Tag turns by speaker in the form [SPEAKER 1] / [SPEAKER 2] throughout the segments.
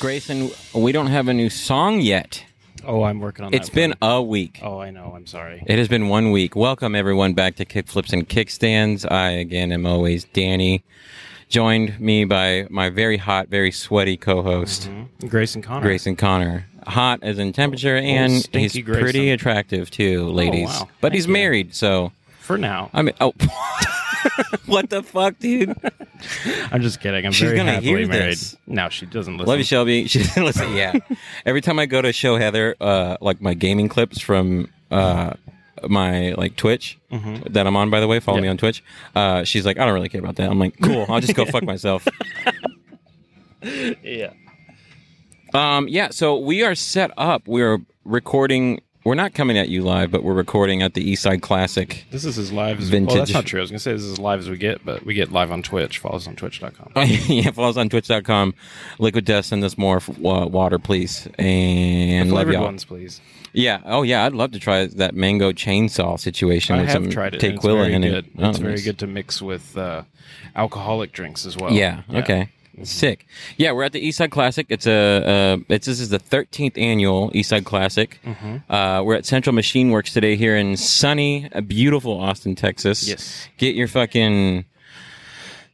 [SPEAKER 1] Justin, we don't have a new song yet.
[SPEAKER 2] Oh, I'm working on that.
[SPEAKER 1] It's been a week.
[SPEAKER 2] Oh, I know. I'm sorry.
[SPEAKER 1] It has been one week. Welcome everyone back to Kickflips and Kickstands. I again am always Danny, joined me by my very hot, very sweaty co-host
[SPEAKER 2] Mm-hmm. Grayson Connor.
[SPEAKER 1] Grayson Connor. Hot as in temperature, and
[SPEAKER 2] stinky
[SPEAKER 1] he's
[SPEAKER 2] Grayson. Oh,
[SPEAKER 1] pretty attractive too, ladies.
[SPEAKER 2] wow.
[SPEAKER 1] But he's married, so
[SPEAKER 2] For now.
[SPEAKER 1] I mean, oh, what the fuck, dude?
[SPEAKER 2] I'm just kidding. I'm
[SPEAKER 1] She's
[SPEAKER 2] very
[SPEAKER 1] gonna
[SPEAKER 2] happily
[SPEAKER 1] hear
[SPEAKER 2] married.
[SPEAKER 1] this.
[SPEAKER 2] No, she doesn't listen.
[SPEAKER 1] Love you, Shelby. She didn't listen. Yeah. Every time I go to show Heather, uh, like my gaming clips from uh, my like Twitch that I'm on, by the way, follow me on Twitch. Uh, she's like, I don't really care about that. I'm like, cool. I'll just go fuck myself.
[SPEAKER 2] Yeah.
[SPEAKER 1] Um, yeah. So we are set up. We're recording. We're not coming at you live, but we're recording at the East Side Classic.
[SPEAKER 2] This is as live as
[SPEAKER 1] Vintage.
[SPEAKER 2] Well, that's not true. I was gonna say this is as live as we get, but we get live on Twitch. Follow us on Twitch.com.
[SPEAKER 1] yeah, follow us on Twitch.com. Liquid Death, send us more uh, water, please, and love
[SPEAKER 2] Flavored
[SPEAKER 1] y'all.
[SPEAKER 2] ones, please.
[SPEAKER 1] Yeah. Oh, yeah. I'd love to try that mango chainsaw situation.
[SPEAKER 2] I
[SPEAKER 1] with
[SPEAKER 2] have
[SPEAKER 1] some
[SPEAKER 2] tried it. and It's
[SPEAKER 1] Tequila
[SPEAKER 2] very
[SPEAKER 1] in
[SPEAKER 2] good.
[SPEAKER 1] it. Oh,
[SPEAKER 2] It's very
[SPEAKER 1] nice.
[SPEAKER 2] good to mix with uh, alcoholic drinks as well.
[SPEAKER 1] Yeah. Okay. Sick. Yeah, we're at the Eastside Classic. It's a uh, it's this is the 13th annual Eastside Classic.
[SPEAKER 2] Mm-hmm.
[SPEAKER 1] Uh, we're at Central Machine Works today here in sunny, uh, beautiful Austin, Texas.
[SPEAKER 2] Yes.
[SPEAKER 1] Get your fucking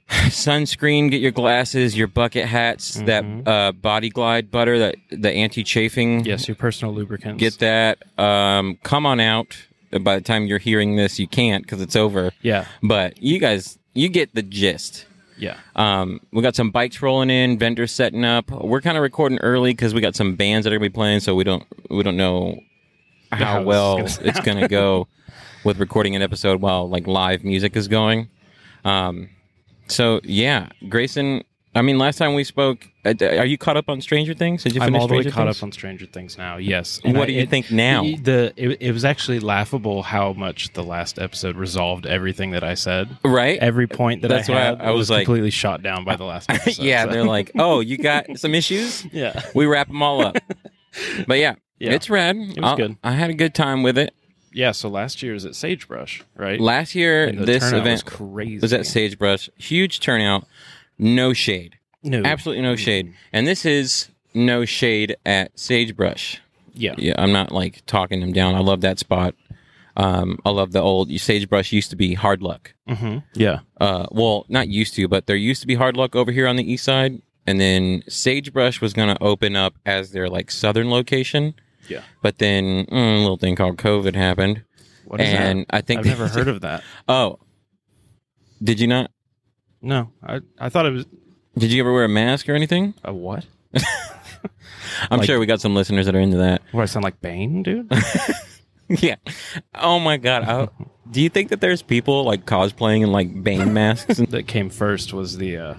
[SPEAKER 1] sunscreen. Get your glasses, your bucket hats,
[SPEAKER 2] Mm-hmm.
[SPEAKER 1] that uh, Body Glide butter, that the anti chafing.
[SPEAKER 2] Yes, your personal lubricants.
[SPEAKER 1] Get that. Um, come on out. By the time you're hearing this, you can't because it's over.
[SPEAKER 2] Yeah.
[SPEAKER 1] But you guys, you get the gist.
[SPEAKER 2] Yeah.
[SPEAKER 1] Um, we got some bikes rolling in, vendors setting up. We're kind of recording early because we got some bands that are gonna be playing, so we don't we don't know how
[SPEAKER 2] this is
[SPEAKER 1] well
[SPEAKER 2] gonna
[SPEAKER 1] it's gonna go with recording an episode while like live music is going. Um, so yeah, Grayson. I mean, last time we spoke, uh, d- are you caught up on Stranger Things? Did you finish
[SPEAKER 2] I'm all the way
[SPEAKER 1] Stranger
[SPEAKER 2] caught
[SPEAKER 1] Things?
[SPEAKER 2] up on Stranger Things now. Yes.
[SPEAKER 1] What do you think now?
[SPEAKER 2] The, the- it, it was actually laughable how much the last episode resolved everything that I said.
[SPEAKER 1] Right?
[SPEAKER 2] Every point that
[SPEAKER 1] That's
[SPEAKER 2] I
[SPEAKER 1] why
[SPEAKER 2] had,
[SPEAKER 1] I was like-
[SPEAKER 2] completely shot down by the last episode.
[SPEAKER 1] yeah,
[SPEAKER 2] so-
[SPEAKER 1] they're like, oh, you got some issues.
[SPEAKER 2] yeah.
[SPEAKER 1] We wrap them all up. But yeah,
[SPEAKER 2] Yeah.
[SPEAKER 1] it's rad. It
[SPEAKER 2] was good.
[SPEAKER 1] I had a good time with it.
[SPEAKER 2] Yeah. So last year was at Sagebrush, right?
[SPEAKER 1] Last year,
[SPEAKER 2] And the
[SPEAKER 1] this
[SPEAKER 2] turnout
[SPEAKER 1] event
[SPEAKER 2] was crazy.
[SPEAKER 1] was at Sagebrush. Huge turnout. No shade.
[SPEAKER 2] no,
[SPEAKER 1] Absolutely no shade. And this is no shade at Sagebrush.
[SPEAKER 2] Yeah.
[SPEAKER 1] Yeah, I'm not like talking them down. I love that spot. Um, I love the old Sagebrush used to be hard luck.
[SPEAKER 2] hmm Yeah.
[SPEAKER 1] Uh, well, not used to, but there used to be hard luck over here on the east side. And then Sagebrush was going to open up as their like southern location.
[SPEAKER 2] Yeah.
[SPEAKER 1] But then mm, a little thing called COVID happened.
[SPEAKER 2] What is
[SPEAKER 1] and
[SPEAKER 2] that?
[SPEAKER 1] I think
[SPEAKER 2] I've never heard of that.
[SPEAKER 1] Oh, did you not?
[SPEAKER 2] No, I, I thought it was
[SPEAKER 1] Did you ever wear a mask or anything?
[SPEAKER 2] a what?
[SPEAKER 1] I'm
[SPEAKER 2] Like-
[SPEAKER 1] sure we got some listeners that are into that.
[SPEAKER 2] What I sound like Bane, dude?
[SPEAKER 1] yeah. Oh my god. I, do you think that there's people like cosplaying in like Bane masks? And,
[SPEAKER 2] that came first was the uh,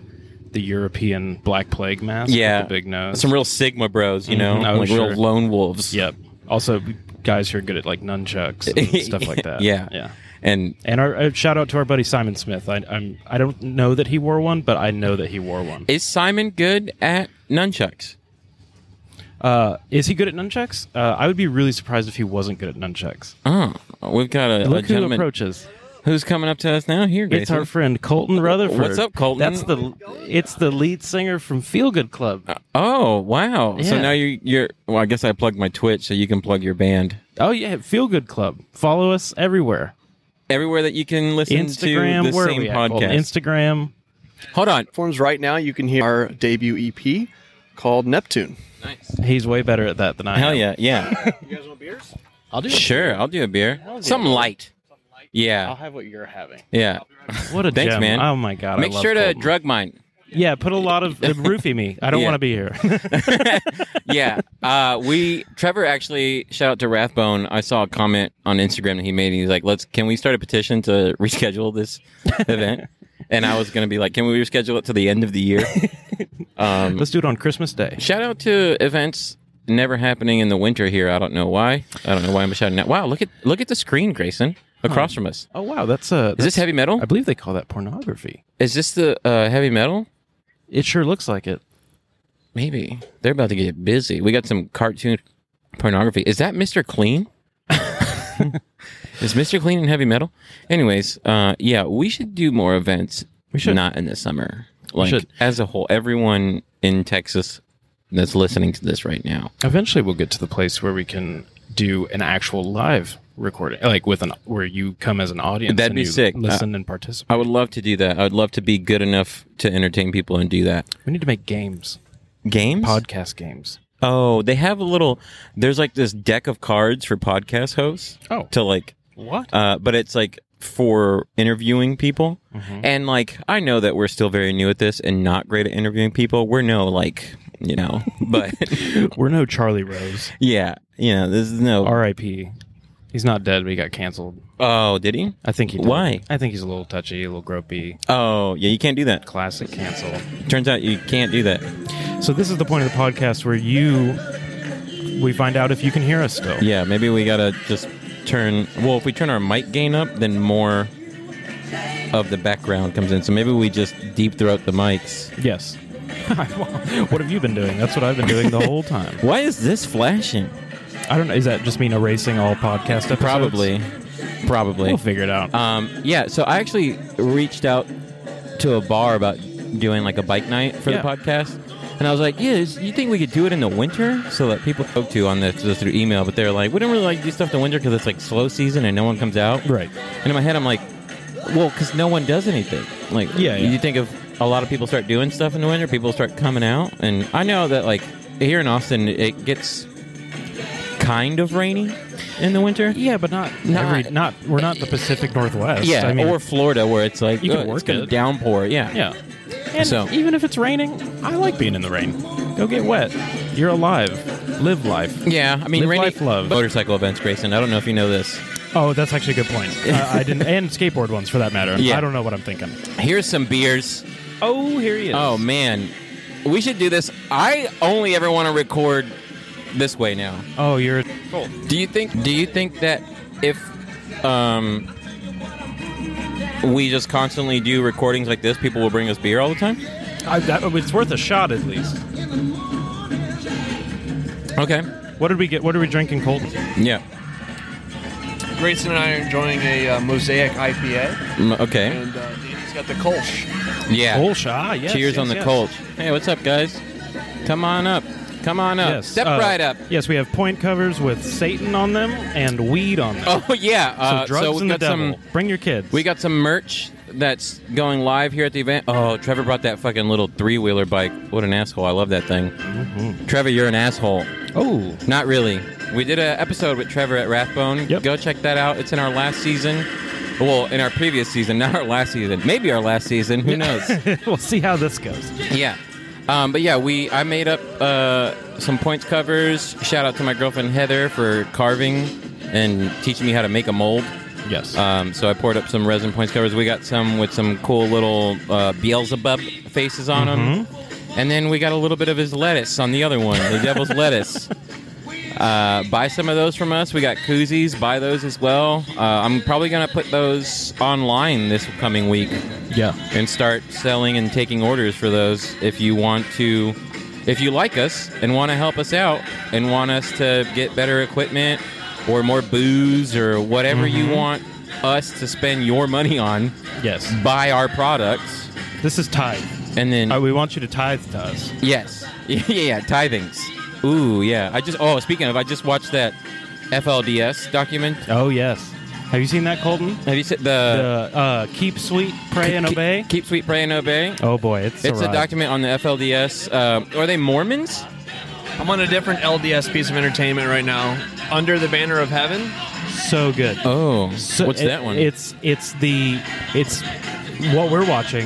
[SPEAKER 2] the European Black Plague mask. with
[SPEAKER 1] yeah.
[SPEAKER 2] the big nose.
[SPEAKER 1] Some real Sigma bros, you know,
[SPEAKER 2] Mhm. Oh,
[SPEAKER 1] like
[SPEAKER 2] sure.
[SPEAKER 1] real lone wolves.
[SPEAKER 2] Yep. Also, guys who are good at like nunchucks and stuff like that.
[SPEAKER 1] Yeah.
[SPEAKER 2] Yeah.
[SPEAKER 1] And
[SPEAKER 2] And our uh, shout out to our buddy Simon Smith. I, I'm I don't know that he wore one, but I know that he wore one.
[SPEAKER 1] is Simon good at nunchucks?
[SPEAKER 2] Uh, is he good at nunchucks? Uh, I would be really surprised if he wasn't good at nunchucks.
[SPEAKER 1] Oh, we've got a, a
[SPEAKER 2] Look who
[SPEAKER 1] gentleman
[SPEAKER 2] approaches.
[SPEAKER 1] who's coming up to us now. Here,
[SPEAKER 2] It's
[SPEAKER 1] Grayson.
[SPEAKER 2] our friend Colton Rutherford.
[SPEAKER 1] What's up, Colton?
[SPEAKER 2] That's the it's the lead singer from Feel Good Club.
[SPEAKER 1] Oh wow! So
[SPEAKER 2] Yeah.
[SPEAKER 1] now you, you're. Well, I guess I plugged my Twitch, so you can plug your band
[SPEAKER 2] Oh yeah, Feel Good Club. Follow us everywhere.
[SPEAKER 1] everywhere that you can listen
[SPEAKER 2] Instagram,
[SPEAKER 1] to the
[SPEAKER 2] where are
[SPEAKER 1] same
[SPEAKER 2] we at, Colton?
[SPEAKER 1] podcast.
[SPEAKER 2] Instagram.
[SPEAKER 1] Hold on.
[SPEAKER 3] platforms right now you can hear our debut ep called neptune
[SPEAKER 1] Nice.
[SPEAKER 2] He's way better at that than I
[SPEAKER 1] Hell
[SPEAKER 2] am.
[SPEAKER 1] yeah, yeah.
[SPEAKER 3] you guys want beers
[SPEAKER 2] I'll do
[SPEAKER 1] sure, I'll do a beer. Something light. Yeah,
[SPEAKER 3] have what you're having
[SPEAKER 1] yeah.
[SPEAKER 2] What a
[SPEAKER 1] Thanks,
[SPEAKER 2] gem.
[SPEAKER 1] man.
[SPEAKER 2] Oh my god. I
[SPEAKER 1] Make
[SPEAKER 2] love
[SPEAKER 1] sure to
[SPEAKER 2] Colton.
[SPEAKER 1] drug mine.
[SPEAKER 2] Yeah, put a lot of uh, roofie me. I don't
[SPEAKER 1] Yeah.
[SPEAKER 2] want to be here.
[SPEAKER 1] Yeah. Uh, we Trevor actually shout out to Rathbone. I saw a comment on Instagram that he made. And he's like, "Let's can we start a petition to reschedule this event?" and I was gonna be like, "Can we reschedule it to the end of the year?" Um,
[SPEAKER 2] Let's do it on Christmas Day.
[SPEAKER 1] shout out to events never happening in the winter here. I don't know why. I don't know why I'm shouting out. Wow, look at look at the screen, Grayson, across from us.
[SPEAKER 2] Oh wow, that's uh
[SPEAKER 1] Is this heavy metal?
[SPEAKER 2] I believe they call that pornography.
[SPEAKER 1] Is this the uh, heavy metal?
[SPEAKER 2] It sure looks like it.
[SPEAKER 1] Maybe they're about to get busy. We got some cartoon pornography. Is that Mister Clean? Is Mister Clean in heavy metal? Anyways, uh, yeah, we should do more events.
[SPEAKER 2] We should.
[SPEAKER 1] not in the summer. Like
[SPEAKER 2] should.
[SPEAKER 1] as a whole, everyone in Texas that's listening to this right now.
[SPEAKER 2] Eventually, we'll get to the place where we can do an actual live recording, like with an where you come as an audience.
[SPEAKER 1] That'd
[SPEAKER 2] and
[SPEAKER 1] be
[SPEAKER 2] you
[SPEAKER 1] sick.
[SPEAKER 2] Listen and participate.
[SPEAKER 1] I would love to do that. I would love to be good enough to entertain people and do that.
[SPEAKER 2] We need to make games,
[SPEAKER 1] Games?
[SPEAKER 2] podcast games.
[SPEAKER 1] oh, they have a little. There's like this deck of cards for podcast hosts.
[SPEAKER 2] Oh.
[SPEAKER 1] to like,
[SPEAKER 2] What?
[SPEAKER 1] uh, but it's like for interviewing people.
[SPEAKER 2] Mm-hmm.
[SPEAKER 1] And like, I know that we're still very new at this and not great at interviewing people. We're no like, you know, but
[SPEAKER 2] We're no Charlie Rose.
[SPEAKER 1] yeah, you know, this is no.
[SPEAKER 2] R.I.P. He's not dead, but he got canceled.
[SPEAKER 1] Oh, did he?
[SPEAKER 2] I think he. Did.
[SPEAKER 1] Why?
[SPEAKER 2] I think he's a little touchy, a little gropey.
[SPEAKER 1] Oh, yeah, you can't do that.
[SPEAKER 2] Classic cancel.
[SPEAKER 1] Turns out you can't do that.
[SPEAKER 2] So this is the point of the podcast where you we find out if you can hear us still.
[SPEAKER 1] Yeah, maybe we gotta just turn. Well, if we turn our mic gain up, then more of the background comes in. So maybe we just deep throat the mics.
[SPEAKER 2] Yes. what have you been doing? That's what I've been doing the whole time.
[SPEAKER 1] Why is this flashing?
[SPEAKER 2] I don't know. Is that just mean erasing all podcast episodes?
[SPEAKER 1] Probably, probably.
[SPEAKER 2] We'll figure it out.
[SPEAKER 1] Um, yeah. So I actually reached out to a bar about doing like a bike night for
[SPEAKER 2] Yeah.
[SPEAKER 1] the podcast, and I was like, "Yeah, is- you think we could do it in the winter so that people spoke to on this just through email?" But they're like, "We don't really like to do stuff in the winter because it's like slow season and no one comes out."
[SPEAKER 2] right.
[SPEAKER 1] And in my head, I'm like, well, because no one does anything. Like,
[SPEAKER 2] Yeah, yeah.
[SPEAKER 1] you think of a lot of people start doing stuff in the winter, people start coming out. And I know that, like, here in Austin, it gets kind of rainy in the winter.
[SPEAKER 2] Yeah, but not
[SPEAKER 1] Not-
[SPEAKER 2] every not we're not the Pacific Northwest.
[SPEAKER 1] Yeah,
[SPEAKER 2] I mean,
[SPEAKER 1] or Florida, where it's like,
[SPEAKER 2] You can
[SPEAKER 1] oh, it's
[SPEAKER 2] work
[SPEAKER 1] gonna
[SPEAKER 2] it.
[SPEAKER 1] downpour. Yeah.
[SPEAKER 2] yeah. And
[SPEAKER 1] So-
[SPEAKER 2] even if it's raining, I like being in the rain. Go get wet. You're alive. Live life.
[SPEAKER 1] Yeah, I mean,
[SPEAKER 2] Live
[SPEAKER 1] rainy
[SPEAKER 2] life, love.
[SPEAKER 1] motorcycle events, Grayson. I don't know if you know this.
[SPEAKER 2] Oh, that's actually a good point. Uh, I didn't and skateboard ones for that matter.
[SPEAKER 1] Yeah.
[SPEAKER 2] I don't know what I'm thinking.
[SPEAKER 1] Here's some beers.
[SPEAKER 2] Oh, here he is.
[SPEAKER 1] Oh man, we should do this. I only ever want to record this way now.
[SPEAKER 2] Oh, you're
[SPEAKER 1] Do you think? Do you think that if um, we just constantly do recordings like this, people will bring us beer all the time?
[SPEAKER 2] I, that, oh, it's worth a shot at least.
[SPEAKER 1] Okay.
[SPEAKER 2] What did we get? What are we drinking, Colton?
[SPEAKER 1] Yeah.
[SPEAKER 3] Grayson and I are enjoying a uh, Mosaic IPA,
[SPEAKER 1] M- okay.
[SPEAKER 3] and uh, Danny's got the Kolsch.
[SPEAKER 1] Yeah.
[SPEAKER 2] Kolsch. Ah, yes,
[SPEAKER 1] Cheers
[SPEAKER 2] yes,
[SPEAKER 1] on the
[SPEAKER 2] yes.
[SPEAKER 1] Colt. Hey, what's up, guys? Come on up. Come on up.
[SPEAKER 2] Yes.
[SPEAKER 1] Step
[SPEAKER 2] uh,
[SPEAKER 1] right up.
[SPEAKER 2] Yes, we have point covers with Satan on them and weed on them.
[SPEAKER 1] Oh yeah.
[SPEAKER 2] Some
[SPEAKER 1] Uh,
[SPEAKER 2] drugs
[SPEAKER 1] so we
[SPEAKER 2] and the
[SPEAKER 1] got
[SPEAKER 2] devil.
[SPEAKER 1] some.
[SPEAKER 2] Bring your kids.
[SPEAKER 1] We got some merch that's going live here at the event. Oh, Trevor brought that fucking little three wheeler bike. What an asshole! I love that thing.
[SPEAKER 2] Mm-hmm.
[SPEAKER 1] Trevor, you're an asshole.
[SPEAKER 2] oh
[SPEAKER 1] Not really. We did an episode with Trevor at Rathbone.
[SPEAKER 2] Yep.
[SPEAKER 1] Go check that out. It's in our last season. Well, in our previous season, not our last season. Maybe our last season. Who knows?
[SPEAKER 2] we'll see how this goes.
[SPEAKER 1] yeah. Um, but yeah, we I made up uh, some points covers. Shout out to my girlfriend Heather for carving and teaching me how to make a mold.
[SPEAKER 2] Yes.
[SPEAKER 1] Um, so I poured up some resin points covers. We got some with some cool little uh, Beelzebub faces on them. And then we got a little bit of his lettuce on the other one, the devil's lettuce. Uh, buy some of those from us. We got koozies. Buy those as well. Uh, I'm probably going to put those online this coming week
[SPEAKER 2] yeah.
[SPEAKER 1] and start selling and taking orders for those if you want to if you like us and want to help us out and want us to get better equipment or more booze or whatever
[SPEAKER 2] Mm-hmm.
[SPEAKER 1] you want us to spend your money on
[SPEAKER 2] Yes.
[SPEAKER 1] buy our products
[SPEAKER 2] This is tithe.
[SPEAKER 1] and then
[SPEAKER 2] Uh, we want you to tithe to us.
[SPEAKER 1] yes yeah yeah tithings ooh yeah i just oh speaking of i just watched that flds document
[SPEAKER 2] Oh yes. Have you seen that, Colton?
[SPEAKER 1] have you said
[SPEAKER 2] The
[SPEAKER 1] the,
[SPEAKER 2] uh, keep sweet, pray and
[SPEAKER 1] Keep-
[SPEAKER 2] obey.
[SPEAKER 1] keep sweet pray and obey
[SPEAKER 2] Oh boy, it's
[SPEAKER 1] it's a
[SPEAKER 2] ride.
[SPEAKER 1] document on the flds uh, are they mormons
[SPEAKER 4] I'm on a different LDS piece of entertainment right now, under the banner of heaven.
[SPEAKER 2] so good.
[SPEAKER 1] Oh,
[SPEAKER 2] So
[SPEAKER 1] what's
[SPEAKER 2] it-
[SPEAKER 1] that one?
[SPEAKER 2] It's it's the it's what we're watching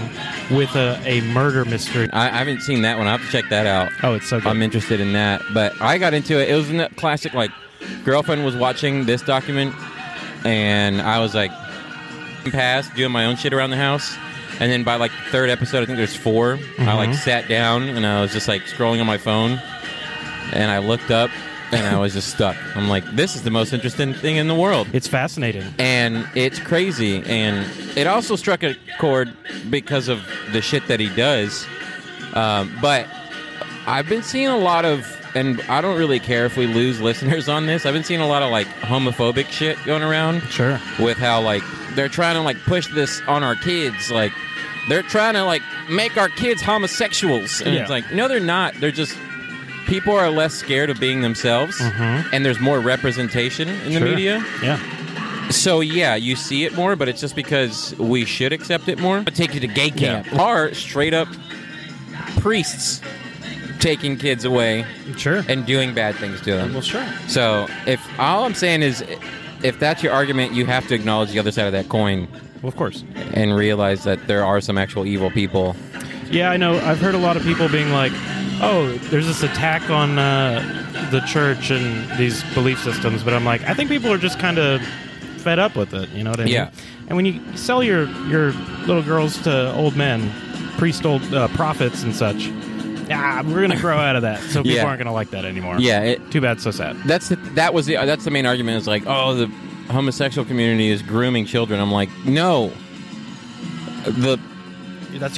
[SPEAKER 2] with a, a murder mystery.
[SPEAKER 1] I, I haven't seen that one. I will have to check that out.
[SPEAKER 2] Oh, it's so good.
[SPEAKER 1] I'm interested in that. But I got into it. It was in the classic like girlfriend was watching this document, and I was like past doing my own shit around the house. And then by like the third episode, I think there's 4 I
[SPEAKER 2] Mm-hmm.
[SPEAKER 1] like sat down and I was just like scrolling on my phone, and I looked up and I was just stuck. I'm like, this is the most interesting thing in the world
[SPEAKER 2] it's fascinating.
[SPEAKER 1] and it's crazy and it also struck a chord because of the shit that he does um, but i've been seeing a lot of and i don't really care if we lose listeners on this i've been seeing a lot of like homophobic shit going around
[SPEAKER 2] Sure.
[SPEAKER 1] with how like they're trying to like push this on our kids like they're trying to like make our kids homosexuals and
[SPEAKER 2] Yeah.
[SPEAKER 1] it's like no they're not they're just people are less scared of being themselves, and there's more representation in the
[SPEAKER 5] Sure.
[SPEAKER 1] media.
[SPEAKER 5] Yeah.
[SPEAKER 1] So yeah, you see it more, but it's just because we should accept it more. But take you to gay camp. Are straight up priests taking kids away
[SPEAKER 5] Sure.
[SPEAKER 1] and doing bad things to them?
[SPEAKER 5] well, sure.
[SPEAKER 1] So if all I'm saying is, if that's your argument, you have to acknowledge the other side of that coin
[SPEAKER 5] Well, of course.
[SPEAKER 1] and realize that there are some actual evil people.
[SPEAKER 2] Yeah, I know. I've heard a lot of people being like, "Oh, there's this attack on uh, the church and these belief systems," but I'm like, I think people are just kind of fed up with it. You know what I mean?
[SPEAKER 1] Yeah.
[SPEAKER 2] And when you sell your your little girls to old men, priest old uh, prophets and such, ah, we're gonna grow out of that. So people
[SPEAKER 1] Yeah.
[SPEAKER 2] aren't gonna like that anymore.
[SPEAKER 1] Yeah, it,
[SPEAKER 2] Too bad. So sad.
[SPEAKER 1] that's the, that was the that's the main argument is like oh the homosexual community is grooming children i'm like no the
[SPEAKER 2] That's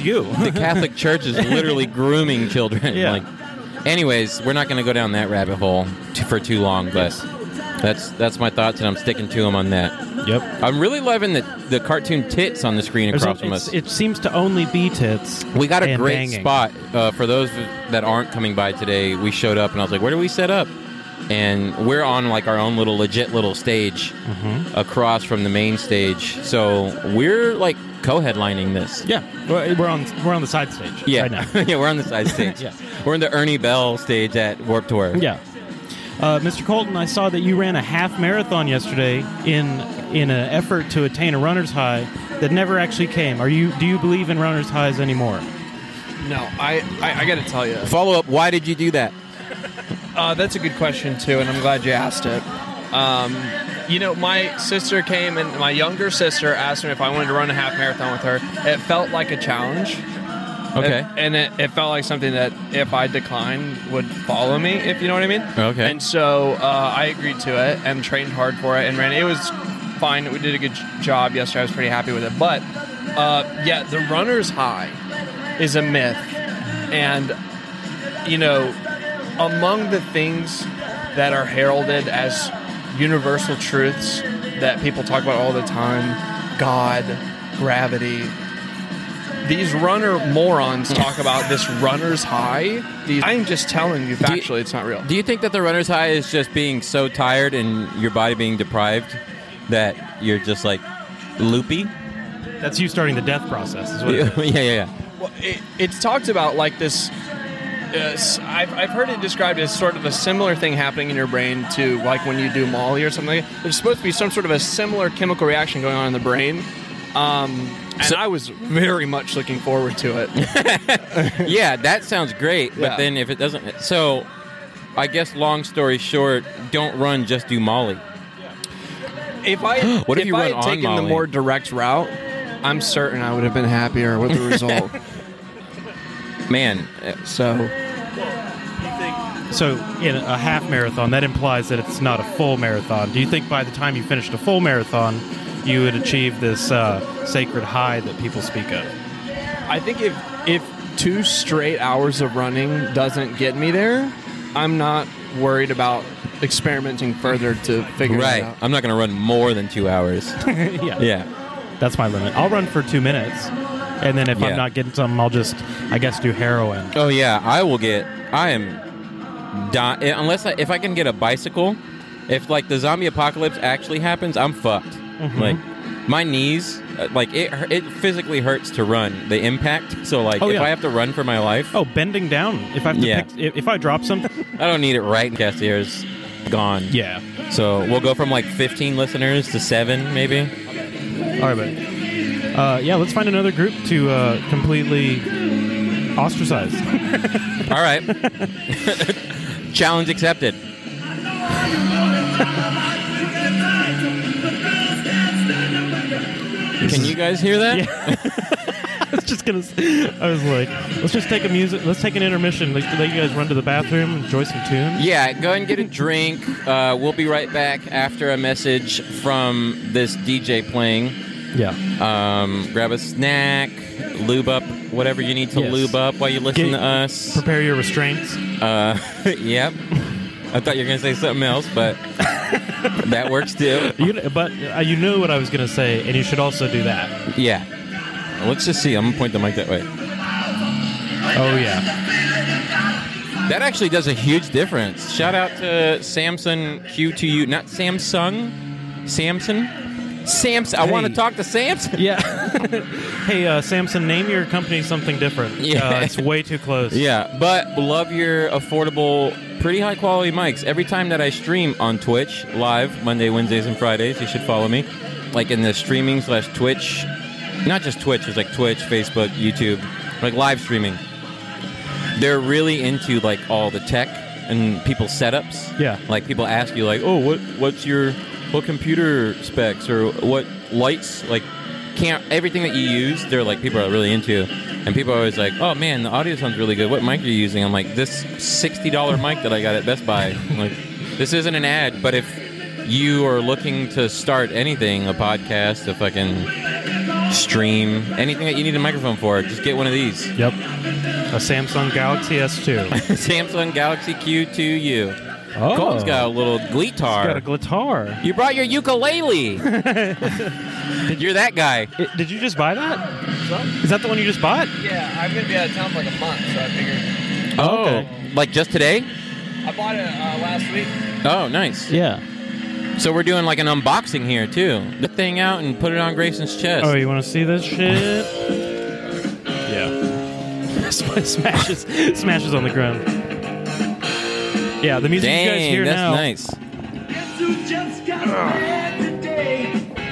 [SPEAKER 2] you.
[SPEAKER 1] the catholic church is literally grooming children
[SPEAKER 2] Yeah.
[SPEAKER 1] like anyways we're not going to go down that rabbit hole t- for too long but that's that's my thoughts and i'm sticking to them on that
[SPEAKER 2] yep.
[SPEAKER 1] i'm really loving the the cartoon tits on the screen across from us
[SPEAKER 2] It's, it seems to only be tits.
[SPEAKER 1] we got a
[SPEAKER 2] and
[SPEAKER 1] great
[SPEAKER 2] banging.
[SPEAKER 1] spot uh, for those that aren't coming by today. We showed up, and I was like, "Where do we set up?" And we're on like our own little legit little stage
[SPEAKER 2] Mm-hmm.
[SPEAKER 1] across from the main stage, so we're like co-headlining this.
[SPEAKER 2] Yeah, we're we're on we're on the side stage.
[SPEAKER 1] Yeah,
[SPEAKER 2] right now.
[SPEAKER 1] yeah, we're on the side stage.
[SPEAKER 2] Yeah.
[SPEAKER 1] we're in the Ernie Bell stage at Warped Tour.
[SPEAKER 2] Yeah. Uh, Mr. Colton, I saw that you ran a half marathon yesterday in in an effort to attain a runner's high that never actually came. Are you do you believe in runner's highs anymore?
[SPEAKER 3] No, I, I, I got to tell you,
[SPEAKER 1] Follow up: Why did you do that?
[SPEAKER 3] uh, that's a good question too, and I'm glad you asked it. Um, you know, my sister came and my younger sister asked me if I wanted to run a half marathon with her. It felt like a challenge.
[SPEAKER 1] Okay,
[SPEAKER 3] It- and it, it felt like something that if I declined would follow me, if you know what I mean.
[SPEAKER 1] Okay.
[SPEAKER 3] And so uh, I agreed to it and trained hard for it and ran. it. It was fine. We did a good j- job yesterday. I was pretty happy with it. But uh, yeah, the runner's high is a myth. And, you know, among the things that are heralded as universal truths that people talk about all the time God, gravity, these runner morons talk about this runner's high. These, I'm just telling you
[SPEAKER 1] you-
[SPEAKER 3] factually, it's not real.
[SPEAKER 1] do you think that the runner's high is just being so tired and your body being deprived that you're just like loopy?
[SPEAKER 2] That's you starting the death process. Is what it
[SPEAKER 1] yeah,
[SPEAKER 2] is.
[SPEAKER 1] yeah, yeah.
[SPEAKER 3] Well, it, it's talked about like this. Uh, s- I've, I've heard it described as sort of a similar thing happening in your brain to like when you do Molly or something. There's supposed to be some sort of a similar chemical reaction going on in the brain. Um, and
[SPEAKER 1] So-
[SPEAKER 3] I was very much looking forward to it.
[SPEAKER 1] yeah, that sounds great. But
[SPEAKER 3] Yeah.
[SPEAKER 1] then if it doesn't, so I guess long story short, don't run, just do Molly.
[SPEAKER 3] If I
[SPEAKER 1] What if you
[SPEAKER 3] I
[SPEAKER 1] run
[SPEAKER 3] had
[SPEAKER 1] on
[SPEAKER 3] taken
[SPEAKER 1] Molly?
[SPEAKER 3] the more direct route, I'm certain I would have been happier with the result.
[SPEAKER 1] Man, uh,
[SPEAKER 3] so
[SPEAKER 2] So in a half marathon, that implies that it's not a full marathon. Do you think by the time you finished a full marathon, you would achieve this uh, sacred high that people speak of?
[SPEAKER 3] I think if if two straight hours of running doesn't get me there, I'm not worried about experimenting further to figure
[SPEAKER 1] right.
[SPEAKER 3] it out.
[SPEAKER 1] I'm not going to run more than two hours.
[SPEAKER 2] yeah.
[SPEAKER 1] yeah.
[SPEAKER 2] That's my limit. I'll run for two minutes, and then if
[SPEAKER 1] Yeah.
[SPEAKER 2] I'm not getting something, I'll just, I guess, do heroin.
[SPEAKER 1] Oh, yeah. I will get, I am, di- eh, unless I, if I can get a bicycle, if like the zombie apocalypse actually happens, I'm fucked.
[SPEAKER 2] Mm-hmm.
[SPEAKER 1] Like, my knees, uh, like it, hu- it physically hurts to run. The impact. So like,
[SPEAKER 2] Oh,
[SPEAKER 1] if
[SPEAKER 2] yeah.
[SPEAKER 1] I have to run for my life,
[SPEAKER 2] Oh, bending down. If I have to
[SPEAKER 1] Yeah.
[SPEAKER 2] pick, if, if I drop something,
[SPEAKER 1] I don't need it. Right, Castier's gone.
[SPEAKER 2] yeah.
[SPEAKER 1] So we'll go from like 15 listeners to seven, maybe.
[SPEAKER 2] All right, buddy. Uh, yeah, let's find another group to uh, completely ostracize.
[SPEAKER 1] All right. Challenge accepted. Can you guys hear that?
[SPEAKER 2] I was just gonna. s- I was like, let's just take a music. Let's take an intermission. Let, let you guys run to the bathroom, enjoy some tunes.
[SPEAKER 1] Yeah, go and get a drink. Uh, we'll be right back after a message from this DJ playing.
[SPEAKER 2] Yeah.
[SPEAKER 1] Um, grab a snack, lube up whatever you need to
[SPEAKER 2] Yes.
[SPEAKER 1] lube up while you listen
[SPEAKER 2] Get-
[SPEAKER 1] to us.
[SPEAKER 2] Prepare your restraints.
[SPEAKER 1] Uh, yep. I thought you were going to say something else, but that works too.
[SPEAKER 2] You, kn- but uh, you knew what I was gonna say, and you should also do that.
[SPEAKER 1] Yeah. Oh, Let's just see. I'm going to point the mic that way.
[SPEAKER 2] Oh yeah.
[SPEAKER 1] That actually does a huge difference. Shout out to Samson Q2U, not Samsung, Samson. Samson, I want to
[SPEAKER 2] Hey.
[SPEAKER 1] talk to Samson.
[SPEAKER 2] Yeah. hey, uh, Samson, name your company something different.
[SPEAKER 1] Yeah.
[SPEAKER 2] Uh, it's way too close.
[SPEAKER 1] Yeah, but love your affordable, pretty high quality mics. Every time that I stream on Twitch live, Monday, Wednesdays, and Fridays, you should follow me. Like in the streaming slash Twitch, not just Twitch, it's like Twitch, Facebook, YouTube, like live streaming. They're really into like all the tech and people's setups.
[SPEAKER 2] Yeah.
[SPEAKER 1] Like people ask you like, oh, what what's your what computer specs or what lights like can't everything that you use they're like people are really into and people are always like oh man the audio sounds really good what mic are you using i'm like this $60 mic that i got at best buy I'm like this isn't an ad but if you are looking to start anything a podcast a fucking stream anything that you need a microphone for just get one of these
[SPEAKER 2] Yep. A Samsung Galaxy S2.
[SPEAKER 1] samsung galaxy q2u
[SPEAKER 2] Oh.
[SPEAKER 1] cole's got a little guitar
[SPEAKER 2] got a guitar.
[SPEAKER 1] you brought your ukulele. You're that guy.
[SPEAKER 2] I- did you just buy that? Is that the one you just bought?
[SPEAKER 3] Yeah, I'm gonna be out of town for like a month, so I figured
[SPEAKER 1] Oh, like just today?
[SPEAKER 3] I bought it uh, last week.
[SPEAKER 1] Oh, nice.
[SPEAKER 2] Yeah.
[SPEAKER 1] So we're doing like an unboxing here too. The thing out and put it on Grayson's chest.
[SPEAKER 2] Oh, you want to see this shit? yeah. Sm- smashes, smashes on the ground. Yeah, the music you guys
[SPEAKER 1] Dang,
[SPEAKER 2] hear
[SPEAKER 1] that's
[SPEAKER 2] now.
[SPEAKER 1] nice.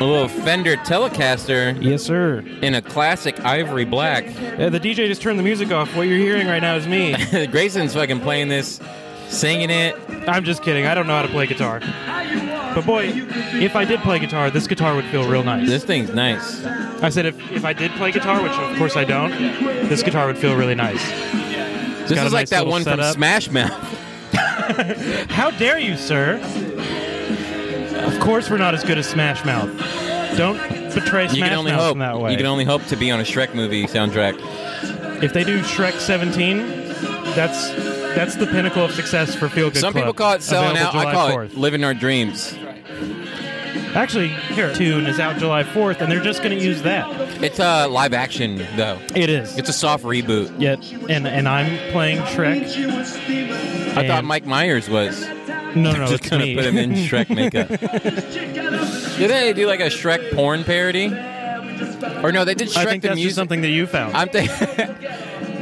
[SPEAKER 1] A little Fender Telecaster
[SPEAKER 2] Yes, sir.
[SPEAKER 1] in a classic ivory black.
[SPEAKER 2] Yeah, the DJ just turned the music off. What you're hearing right now is me.
[SPEAKER 1] Grayson's fucking playing this, singing it.
[SPEAKER 2] I'm just kidding. I don't know how to play guitar. But boy, if I did play guitar, this guitar would feel real nice.
[SPEAKER 1] This thing's nice.
[SPEAKER 2] I said if, if I did play guitar, which of course I don't, this guitar would feel really nice.
[SPEAKER 1] this
[SPEAKER 2] got a
[SPEAKER 1] is like
[SPEAKER 2] nice
[SPEAKER 1] that
[SPEAKER 2] little
[SPEAKER 1] one from
[SPEAKER 2] setup.
[SPEAKER 1] Smash Mouth.
[SPEAKER 2] How dare you, sir? Of course we're not as good as Smash Mouth. Don't betray Smash
[SPEAKER 1] you can only
[SPEAKER 2] Mouth
[SPEAKER 1] hope.
[SPEAKER 2] in that way.
[SPEAKER 1] You can only hope to be on a Shrek movie soundtrack.
[SPEAKER 2] if they do Shrek 17, that's that's the pinnacle of success for Feel Good
[SPEAKER 1] Some
[SPEAKER 2] Club.
[SPEAKER 1] people call it selling
[SPEAKER 2] Available
[SPEAKER 1] out. I
[SPEAKER 2] July
[SPEAKER 1] call
[SPEAKER 2] 4th.
[SPEAKER 1] it living our dreams.
[SPEAKER 2] Actually, here, Tune is out July 4th, and they're just going to use that.
[SPEAKER 1] It's a uh, live action though.
[SPEAKER 2] It is.
[SPEAKER 1] It's a soft reboot.
[SPEAKER 2] Yet, and and I'm playing Shrek.
[SPEAKER 1] I thought Mike Myers was.
[SPEAKER 2] No, no,
[SPEAKER 1] Just
[SPEAKER 2] Oh, it's
[SPEAKER 1] gonna
[SPEAKER 2] me.
[SPEAKER 1] put him in Shrek makeup. did they do like a Shrek porn parody? Or no, they did Shrek
[SPEAKER 2] I think
[SPEAKER 1] the
[SPEAKER 2] that's just
[SPEAKER 1] music.
[SPEAKER 2] something that you found.
[SPEAKER 1] I'm thinking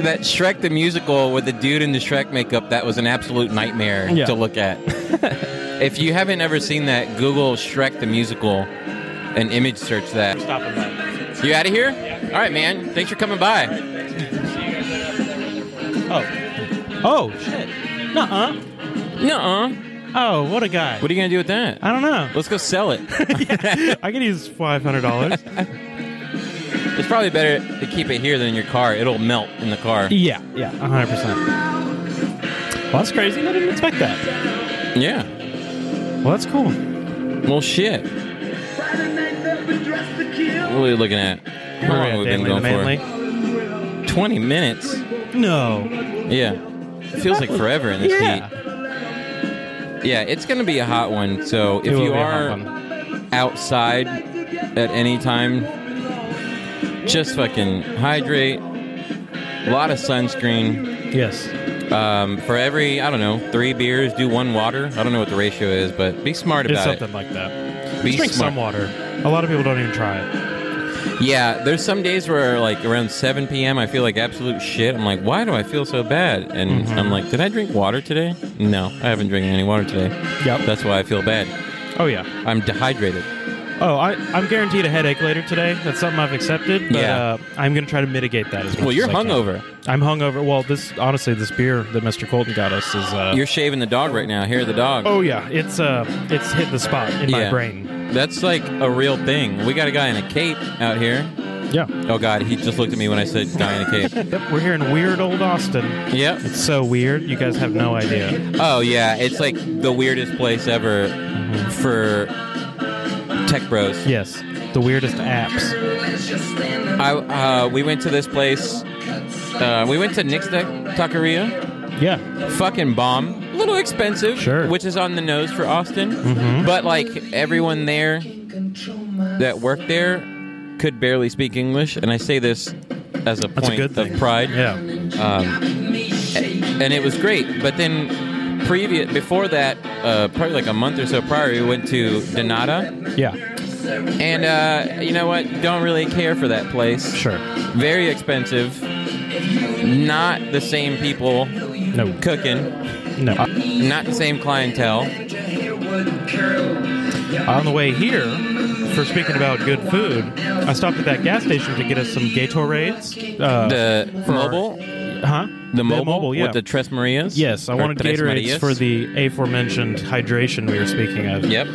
[SPEAKER 1] that Shrek the musical with the dude in the Shrek makeup that was an absolute nightmare
[SPEAKER 2] Yeah.
[SPEAKER 1] to look at. if you haven't ever seen that, Google Shrek the musical and image search that.
[SPEAKER 2] stopping by.
[SPEAKER 1] You out of here? All right, man. Thanks for coming by.
[SPEAKER 2] Oh, oh, shit. Nuh-uh.
[SPEAKER 1] Nuh-uh.
[SPEAKER 2] Oh, what a guy.
[SPEAKER 1] What are you gonna do with that?
[SPEAKER 2] I don't know.
[SPEAKER 1] Let's go sell it.
[SPEAKER 2] I could use five hundred dollars.
[SPEAKER 1] It's probably better to keep it here than in your car. It'll melt in the car.
[SPEAKER 2] yeah, yeah, hundred percent. Well, that's crazy. I didn't expect that.
[SPEAKER 1] Yeah.
[SPEAKER 2] Well, that's cool.
[SPEAKER 1] Well, shit. What are we looking at? How long have we been
[SPEAKER 2] Danley,
[SPEAKER 1] going
[SPEAKER 2] the
[SPEAKER 1] for?
[SPEAKER 2] Manly.
[SPEAKER 1] 20 minutes.
[SPEAKER 2] No.
[SPEAKER 1] Yeah. It feels like forever in this
[SPEAKER 2] Yeah.
[SPEAKER 1] heat. Yeah, it's going to be a hot one. So if
[SPEAKER 2] will
[SPEAKER 1] you
[SPEAKER 2] be a hot
[SPEAKER 1] are outside at any time, just fucking hydrate. A lot of sunscreen.
[SPEAKER 2] Yes.
[SPEAKER 1] Um, for every, I don't know, three beers, do one water. I don't know what the ratio is, but be smart
[SPEAKER 2] It's
[SPEAKER 1] about
[SPEAKER 2] something like that.
[SPEAKER 1] it. Be
[SPEAKER 2] Just drink
[SPEAKER 1] smart.
[SPEAKER 2] some water. A lot of people don't even try it.
[SPEAKER 1] Yeah, there's some days where, like, around 7 p.m., I feel like absolute shit. I'm like, why do I feel so bad? And
[SPEAKER 2] Mm-hmm.
[SPEAKER 1] I'm like, did I drink water today? No, I haven't drinking any water today.
[SPEAKER 2] Yep.
[SPEAKER 1] That's why I feel bad.
[SPEAKER 2] Oh yeah.
[SPEAKER 1] I'm dehydrated.
[SPEAKER 2] Oh, I, I'm guaranteed a headache later today. That's something I've accepted. But,
[SPEAKER 1] Yeah.
[SPEAKER 2] Uh, I'm gonna try to mitigate that as well.
[SPEAKER 1] Well, you're
[SPEAKER 2] as I can.
[SPEAKER 1] hungover.
[SPEAKER 2] I'm hungover. Well, this honestly, this beer that Mr. Colton got us is. Uh,
[SPEAKER 1] You're shaving the dog right now. Here, the dog.
[SPEAKER 2] oh yeah, it's uh, it's hit the spot in my
[SPEAKER 1] Yeah.
[SPEAKER 2] brain.
[SPEAKER 1] That's like a real thing. We got a guy in a cape out here.
[SPEAKER 2] Yeah.
[SPEAKER 1] Oh, God, he just looked at me when I said guy in a cape.
[SPEAKER 2] Yep, we're here in weird old Austin.
[SPEAKER 1] yep.
[SPEAKER 2] It's so weird. You guys have no idea.
[SPEAKER 1] Oh yeah, it's like the weirdest place ever
[SPEAKER 2] Mm-hmm.
[SPEAKER 1] for tech bros.
[SPEAKER 2] Yes, the weirdest apps.
[SPEAKER 1] I uh, we went to this place. Uh, we went to Nick's Tech Taqueria.
[SPEAKER 2] Yeah.
[SPEAKER 1] Fucking bomb. A little expensive,
[SPEAKER 2] Sure. Mm-hmm.
[SPEAKER 1] which is on the nose for Austin. But like everyone there that worked there could barely speak English, and I say this as a
[SPEAKER 2] That's
[SPEAKER 1] point
[SPEAKER 2] a good thing.
[SPEAKER 1] of pride.
[SPEAKER 2] Yeah.
[SPEAKER 1] Um, and it was great. But then, previous before that, uh, probably like a month or so prior, we went to Donata,
[SPEAKER 2] Yeah,
[SPEAKER 1] and uh, you know what? Don't really care for that place.
[SPEAKER 2] sure.
[SPEAKER 1] Very expensive. Not the same people
[SPEAKER 2] No,
[SPEAKER 1] cooking.
[SPEAKER 2] no. Uh,
[SPEAKER 1] Not the same clientele.
[SPEAKER 2] On the way here, for speaking about good food, I stopped at that gas station to get us some Gatorades. Uh,
[SPEAKER 1] The
[SPEAKER 2] for-
[SPEAKER 1] mobile,
[SPEAKER 2] huh?
[SPEAKER 1] the mobile,
[SPEAKER 2] yeah.
[SPEAKER 1] with the Tres Marias.
[SPEAKER 2] yes, I
[SPEAKER 1] Or
[SPEAKER 2] wanted
[SPEAKER 1] Tres
[SPEAKER 2] Gatorades
[SPEAKER 1] Marias.
[SPEAKER 2] for the aforementioned hydration we were speaking of.
[SPEAKER 1] Yep.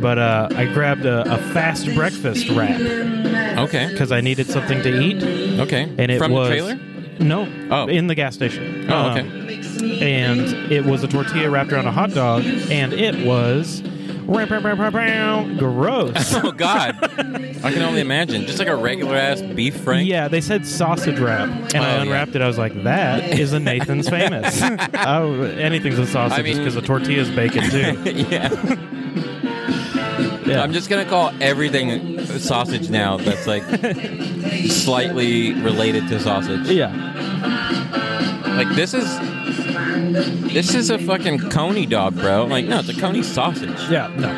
[SPEAKER 2] But uh, I grabbed a, a fast breakfast wrap
[SPEAKER 1] Okay.
[SPEAKER 2] because I needed something to eat,
[SPEAKER 1] Okay.
[SPEAKER 2] and it
[SPEAKER 1] From
[SPEAKER 2] was
[SPEAKER 1] the trailer.
[SPEAKER 2] no,
[SPEAKER 1] Oh.
[SPEAKER 2] in the gas station. Uh-huh.
[SPEAKER 1] Oh, okay.
[SPEAKER 2] and it was a tortilla wrapped around a hot dog, and it was. Gross.
[SPEAKER 1] Oh God, I can only imagine. Just like a regular ass beef frank.
[SPEAKER 2] Yeah, they said sausage wrap, and
[SPEAKER 1] Oh,
[SPEAKER 2] I
[SPEAKER 1] yeah.
[SPEAKER 2] unwrapped it. I was like, "That is a Nathan's famous. oh, anything's a sausage
[SPEAKER 1] I mean-
[SPEAKER 2] because a tortilla's bacon too."
[SPEAKER 1] yeah.
[SPEAKER 2] Yeah.
[SPEAKER 1] I'm just gonna call everything sausage now. That's like slightly related to sausage.
[SPEAKER 2] yeah,
[SPEAKER 1] Like this is this is a fucking coney dog, bro. Like no, it's a coney sausage.
[SPEAKER 2] yeah, no,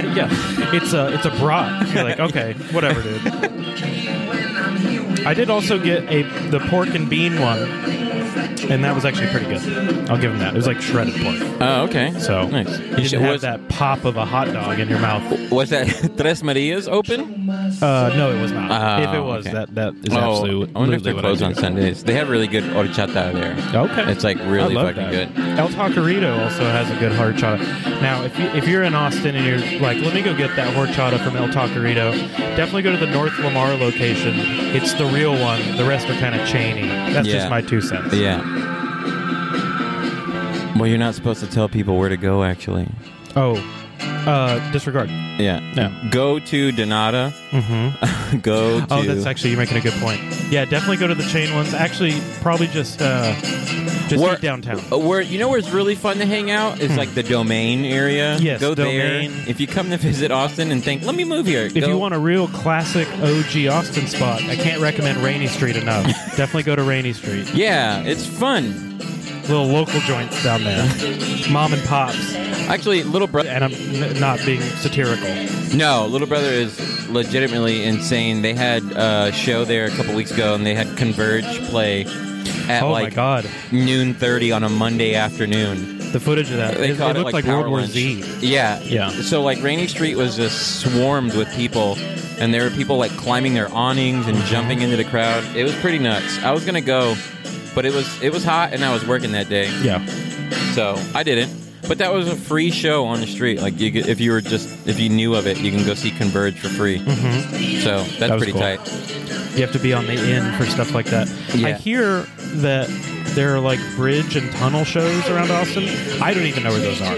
[SPEAKER 2] yeah. It's a it's a brat. You're like, okay, whatever, dude. I did also get a the pork and bean one, and that was actually pretty good. I'll give him that. It was like shredded pork,
[SPEAKER 1] Oh, okay.
[SPEAKER 2] so
[SPEAKER 1] nice.
[SPEAKER 2] you didn't have
[SPEAKER 1] was,
[SPEAKER 2] that pop of a hot dog in your mouth.
[SPEAKER 1] was that Tres Marias open?
[SPEAKER 2] Uh, no, it was not.
[SPEAKER 1] Oh,
[SPEAKER 2] if it was,
[SPEAKER 1] okay.
[SPEAKER 2] that that is
[SPEAKER 1] oh,
[SPEAKER 2] absolute- absolutely.
[SPEAKER 1] I wonder if they're
[SPEAKER 2] what
[SPEAKER 1] closed
[SPEAKER 2] did.
[SPEAKER 1] on Sundays. They have really good horchata there.
[SPEAKER 2] Okay.
[SPEAKER 1] It's like really
[SPEAKER 2] I love
[SPEAKER 1] fucking
[SPEAKER 2] that.
[SPEAKER 1] good.
[SPEAKER 2] El Taquerito also has a good horchata. Now, if, you, if you're in Austin and you're like, let me go get that horchata from El Taquerito, definitely go to the North Lamar location. It's the real one. The rest are kind of chainy. That's
[SPEAKER 1] Yeah.
[SPEAKER 2] just my two cents.
[SPEAKER 1] Yeah. Well, you're not supposed to tell people where to go, actually.
[SPEAKER 2] Oh, uh, disregard.
[SPEAKER 1] Yeah.
[SPEAKER 2] No.
[SPEAKER 1] Go to Donata.
[SPEAKER 2] Mm-hmm.
[SPEAKER 1] go to.
[SPEAKER 2] Oh, that's actually you're making a good point. Yeah, definitely go to the chain ones. Actually, probably just uh, just
[SPEAKER 1] Where-
[SPEAKER 2] eat downtown. Hmm.
[SPEAKER 1] Uh, Where you know where it's really fun to hang out is like the Domain area.
[SPEAKER 2] Yes,
[SPEAKER 1] go
[SPEAKER 2] Domain.
[SPEAKER 1] there. If you come to visit Austin and think, let me move here.
[SPEAKER 2] If you want a real classic OG Austin spot, I can't recommend Rainy Street enough. definitely go to Rainy Street.
[SPEAKER 1] yeah, it's fun.
[SPEAKER 2] little local joints down there, mom and pops.
[SPEAKER 1] Actually, little brother.
[SPEAKER 2] And I'm n- not being satirical.
[SPEAKER 1] No, Little Brother is legitimately insane. They had a show there a couple weeks ago, and they had Converge play at
[SPEAKER 2] oh my
[SPEAKER 1] like
[SPEAKER 2] god,
[SPEAKER 1] noon thirty on a Monday afternoon.
[SPEAKER 2] the footage of that.
[SPEAKER 1] They
[SPEAKER 2] It, it
[SPEAKER 1] called
[SPEAKER 2] looked
[SPEAKER 1] it
[SPEAKER 2] like, World
[SPEAKER 1] Power
[SPEAKER 2] War
[SPEAKER 1] Lunch.
[SPEAKER 2] Z.
[SPEAKER 1] Yeah,
[SPEAKER 2] Yeah.
[SPEAKER 1] So like Rainy Street was just swarmed with people, and there were people like climbing their awnings
[SPEAKER 2] Mm-hmm.
[SPEAKER 1] and jumping into the crowd. It was pretty nuts. I was gonna go, but it was it was hot, and I was working that day,
[SPEAKER 2] Yeah.
[SPEAKER 1] so I didn't. But that was a free show on the street. Like you, could- if you were just if you knew of it, you can go see Converge for free.
[SPEAKER 2] hmm
[SPEAKER 1] So that's
[SPEAKER 2] That was
[SPEAKER 1] pretty
[SPEAKER 2] cool.
[SPEAKER 1] tight.
[SPEAKER 2] You have to be on the in for stuff like that. I
[SPEAKER 1] Yeah.
[SPEAKER 2] hear that there are like bridge and tunnel shows around Austin. I don't even know where those are.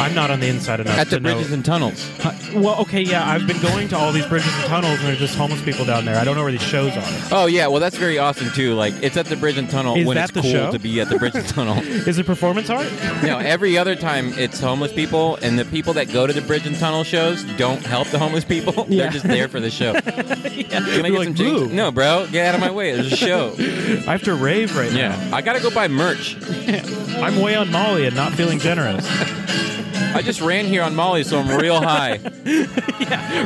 [SPEAKER 2] I'm not on the inside enough
[SPEAKER 1] At
[SPEAKER 2] to
[SPEAKER 1] the bridges
[SPEAKER 2] know.
[SPEAKER 1] and tunnels.
[SPEAKER 2] well, okay, yeah, I've been going to all these bridges and tunnels, and there's just homeless people down there. I don't know where these shows are.
[SPEAKER 1] Oh yeah, well that's very awesome too. Like it's at the bridge and tunnel
[SPEAKER 2] Is
[SPEAKER 1] when
[SPEAKER 2] that
[SPEAKER 1] it's
[SPEAKER 2] the
[SPEAKER 1] cool
[SPEAKER 2] show?
[SPEAKER 1] to be at the bridge and tunnel.
[SPEAKER 2] Is it performance art?
[SPEAKER 1] No, every other time it's homeless people, and the people that go to the bridge and tunnel shows don't help the homeless people.
[SPEAKER 2] Yeah.
[SPEAKER 1] They're just there for the show. Can I
[SPEAKER 2] You're like,
[SPEAKER 1] drinks?
[SPEAKER 2] "Boo."
[SPEAKER 1] No, bro, get out of my way. There's a show.
[SPEAKER 2] I have to rave right now.
[SPEAKER 1] yeah, I gotta go buy merch.
[SPEAKER 2] I'm way on Molly and not feeling generous.
[SPEAKER 1] I just ran here on Molly, so I'm real high.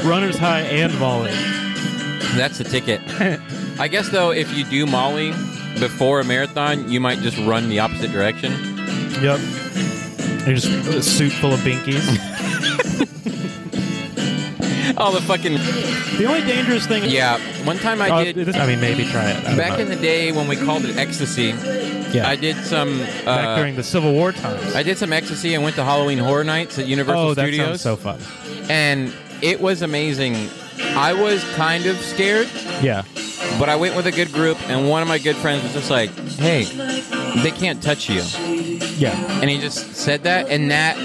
[SPEAKER 2] Runner's high and volley.
[SPEAKER 1] That's the ticket. I guess though, if you do Molly before a marathon, you might just run the opposite direction.
[SPEAKER 2] Yep. There's a uh, suit full of binkies.
[SPEAKER 1] Oh, the fucking
[SPEAKER 2] the only dangerous thing.
[SPEAKER 1] yeah! One time I
[SPEAKER 2] Uh,
[SPEAKER 1] did.
[SPEAKER 2] this- I mean, maybe try it. I don't
[SPEAKER 1] Back
[SPEAKER 2] know.
[SPEAKER 1] in the day when we called it ecstasy,
[SPEAKER 2] yeah.
[SPEAKER 1] I did some. Uh,
[SPEAKER 2] back during the Civil War times.
[SPEAKER 1] I did some ecstasy and went to Halloween Horror Nights at Universal
[SPEAKER 2] oh, that
[SPEAKER 1] Studios,
[SPEAKER 2] sounds so fun.
[SPEAKER 1] and it was amazing. I was kind of scared,
[SPEAKER 2] Yeah.
[SPEAKER 1] but I went with a good group, and one of my good friends was just like, "Hey, they can't touch you,"
[SPEAKER 2] Yeah.
[SPEAKER 1] and he just said that, and that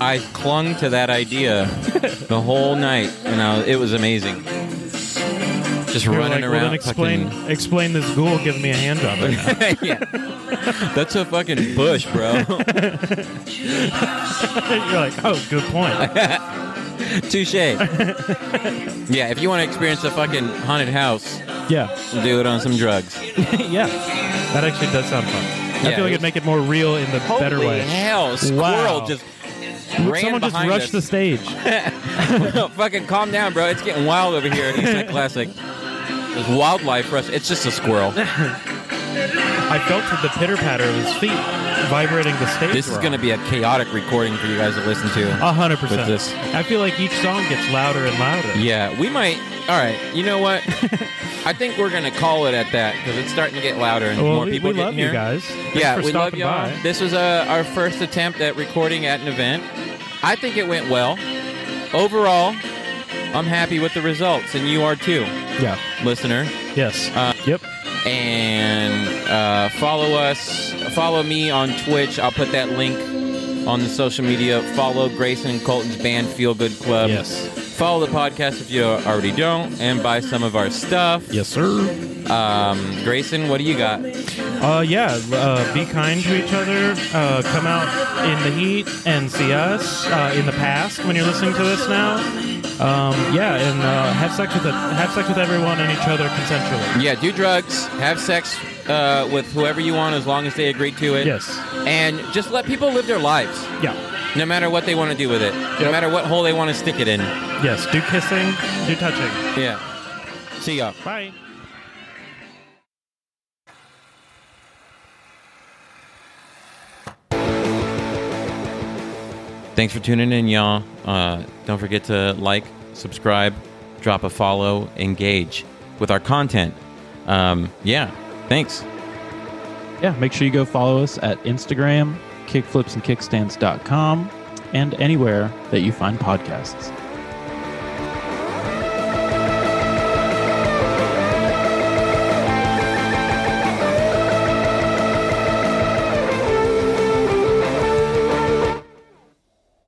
[SPEAKER 1] I clung to that idea the whole night, and I, it was amazing. Just
[SPEAKER 2] They were
[SPEAKER 1] running
[SPEAKER 2] like,
[SPEAKER 1] around.
[SPEAKER 2] well, then explain,
[SPEAKER 1] fucking-
[SPEAKER 2] explain this ghoul giving me a hand job. right now."
[SPEAKER 1] yeah. That's a fucking bush, bro.
[SPEAKER 2] You're like, oh, good point.
[SPEAKER 1] Touche. yeah, if you want to experience a fucking haunted house,
[SPEAKER 2] yeah.
[SPEAKER 1] do it on some drugs.
[SPEAKER 2] yeah. That actually does sound fun. I feel like it'd make it more real in the
[SPEAKER 1] Holy
[SPEAKER 2] better way.
[SPEAKER 1] hell! Squirrel
[SPEAKER 2] Wow.
[SPEAKER 1] just ran
[SPEAKER 2] Someone just
[SPEAKER 1] behind
[SPEAKER 2] rushed
[SPEAKER 1] us.
[SPEAKER 2] the stage.
[SPEAKER 1] Fucking calm down, bro. It's getting wild over here at Eastside Classic. There's wildlife rush. It's just a squirrel.
[SPEAKER 2] I felt the pitter patter of his feet vibrating the stage.
[SPEAKER 1] This is
[SPEAKER 2] we're
[SPEAKER 1] going to
[SPEAKER 2] on.
[SPEAKER 1] be a chaotic recording for you guys to listen to.
[SPEAKER 2] a hundred
[SPEAKER 1] with
[SPEAKER 2] percent.
[SPEAKER 1] this.
[SPEAKER 2] I feel like each song gets louder and louder.
[SPEAKER 1] Yeah, we might. All right, you know what? I think we're going to call it at that because it's starting to get louder and
[SPEAKER 2] Well,
[SPEAKER 1] more
[SPEAKER 2] we,
[SPEAKER 1] people
[SPEAKER 2] we
[SPEAKER 1] getting
[SPEAKER 2] love
[SPEAKER 1] here.
[SPEAKER 2] you guys. Thanks
[SPEAKER 1] yeah,
[SPEAKER 2] for
[SPEAKER 1] we love
[SPEAKER 2] stopping
[SPEAKER 1] y'all.
[SPEAKER 2] by.
[SPEAKER 1] This was uh, our first attempt at recording at an event. I think it went well. Overall, I'm happy with the results, and you are too,
[SPEAKER 2] Yeah.
[SPEAKER 1] listener.
[SPEAKER 2] Yes.
[SPEAKER 1] Uh,
[SPEAKER 2] yep.
[SPEAKER 1] and uh, follow us. Follow me on Twitch. I'll put that link on the social media. Follow Grayson and Colton's band Feel Good Club.
[SPEAKER 2] Yes.
[SPEAKER 1] Follow the podcast if you already don't, and buy some of our stuff.
[SPEAKER 2] Yes, sir.
[SPEAKER 1] Um, Grayson, what do you got?
[SPEAKER 2] Uh, yeah. Uh, be kind to each other. Uh, come out in the heat and see us uh, in the past when you're listening to this now. Um, yeah, and uh, have sex with the, have sex with everyone and each other consensually.
[SPEAKER 1] Yeah, do drugs, have sex uh, with whoever you want as long as they agree to it.
[SPEAKER 2] Yes.
[SPEAKER 1] And just let people live their lives,
[SPEAKER 2] Yeah.
[SPEAKER 1] no matter what they want to do with it, no matter what hole they want to stick it in.
[SPEAKER 2] Yes. Do kissing. Do touching.
[SPEAKER 1] Yeah. See y'all.
[SPEAKER 2] Bye.
[SPEAKER 1] Thanks for tuning in, y'all. Uh, don't forget to like, subscribe, drop a follow, engage with our content. Um, yeah, thanks.
[SPEAKER 6] yeah, make sure you go follow us at Instagram, kickflipsandkickstands.com, and anywhere that you find podcasts.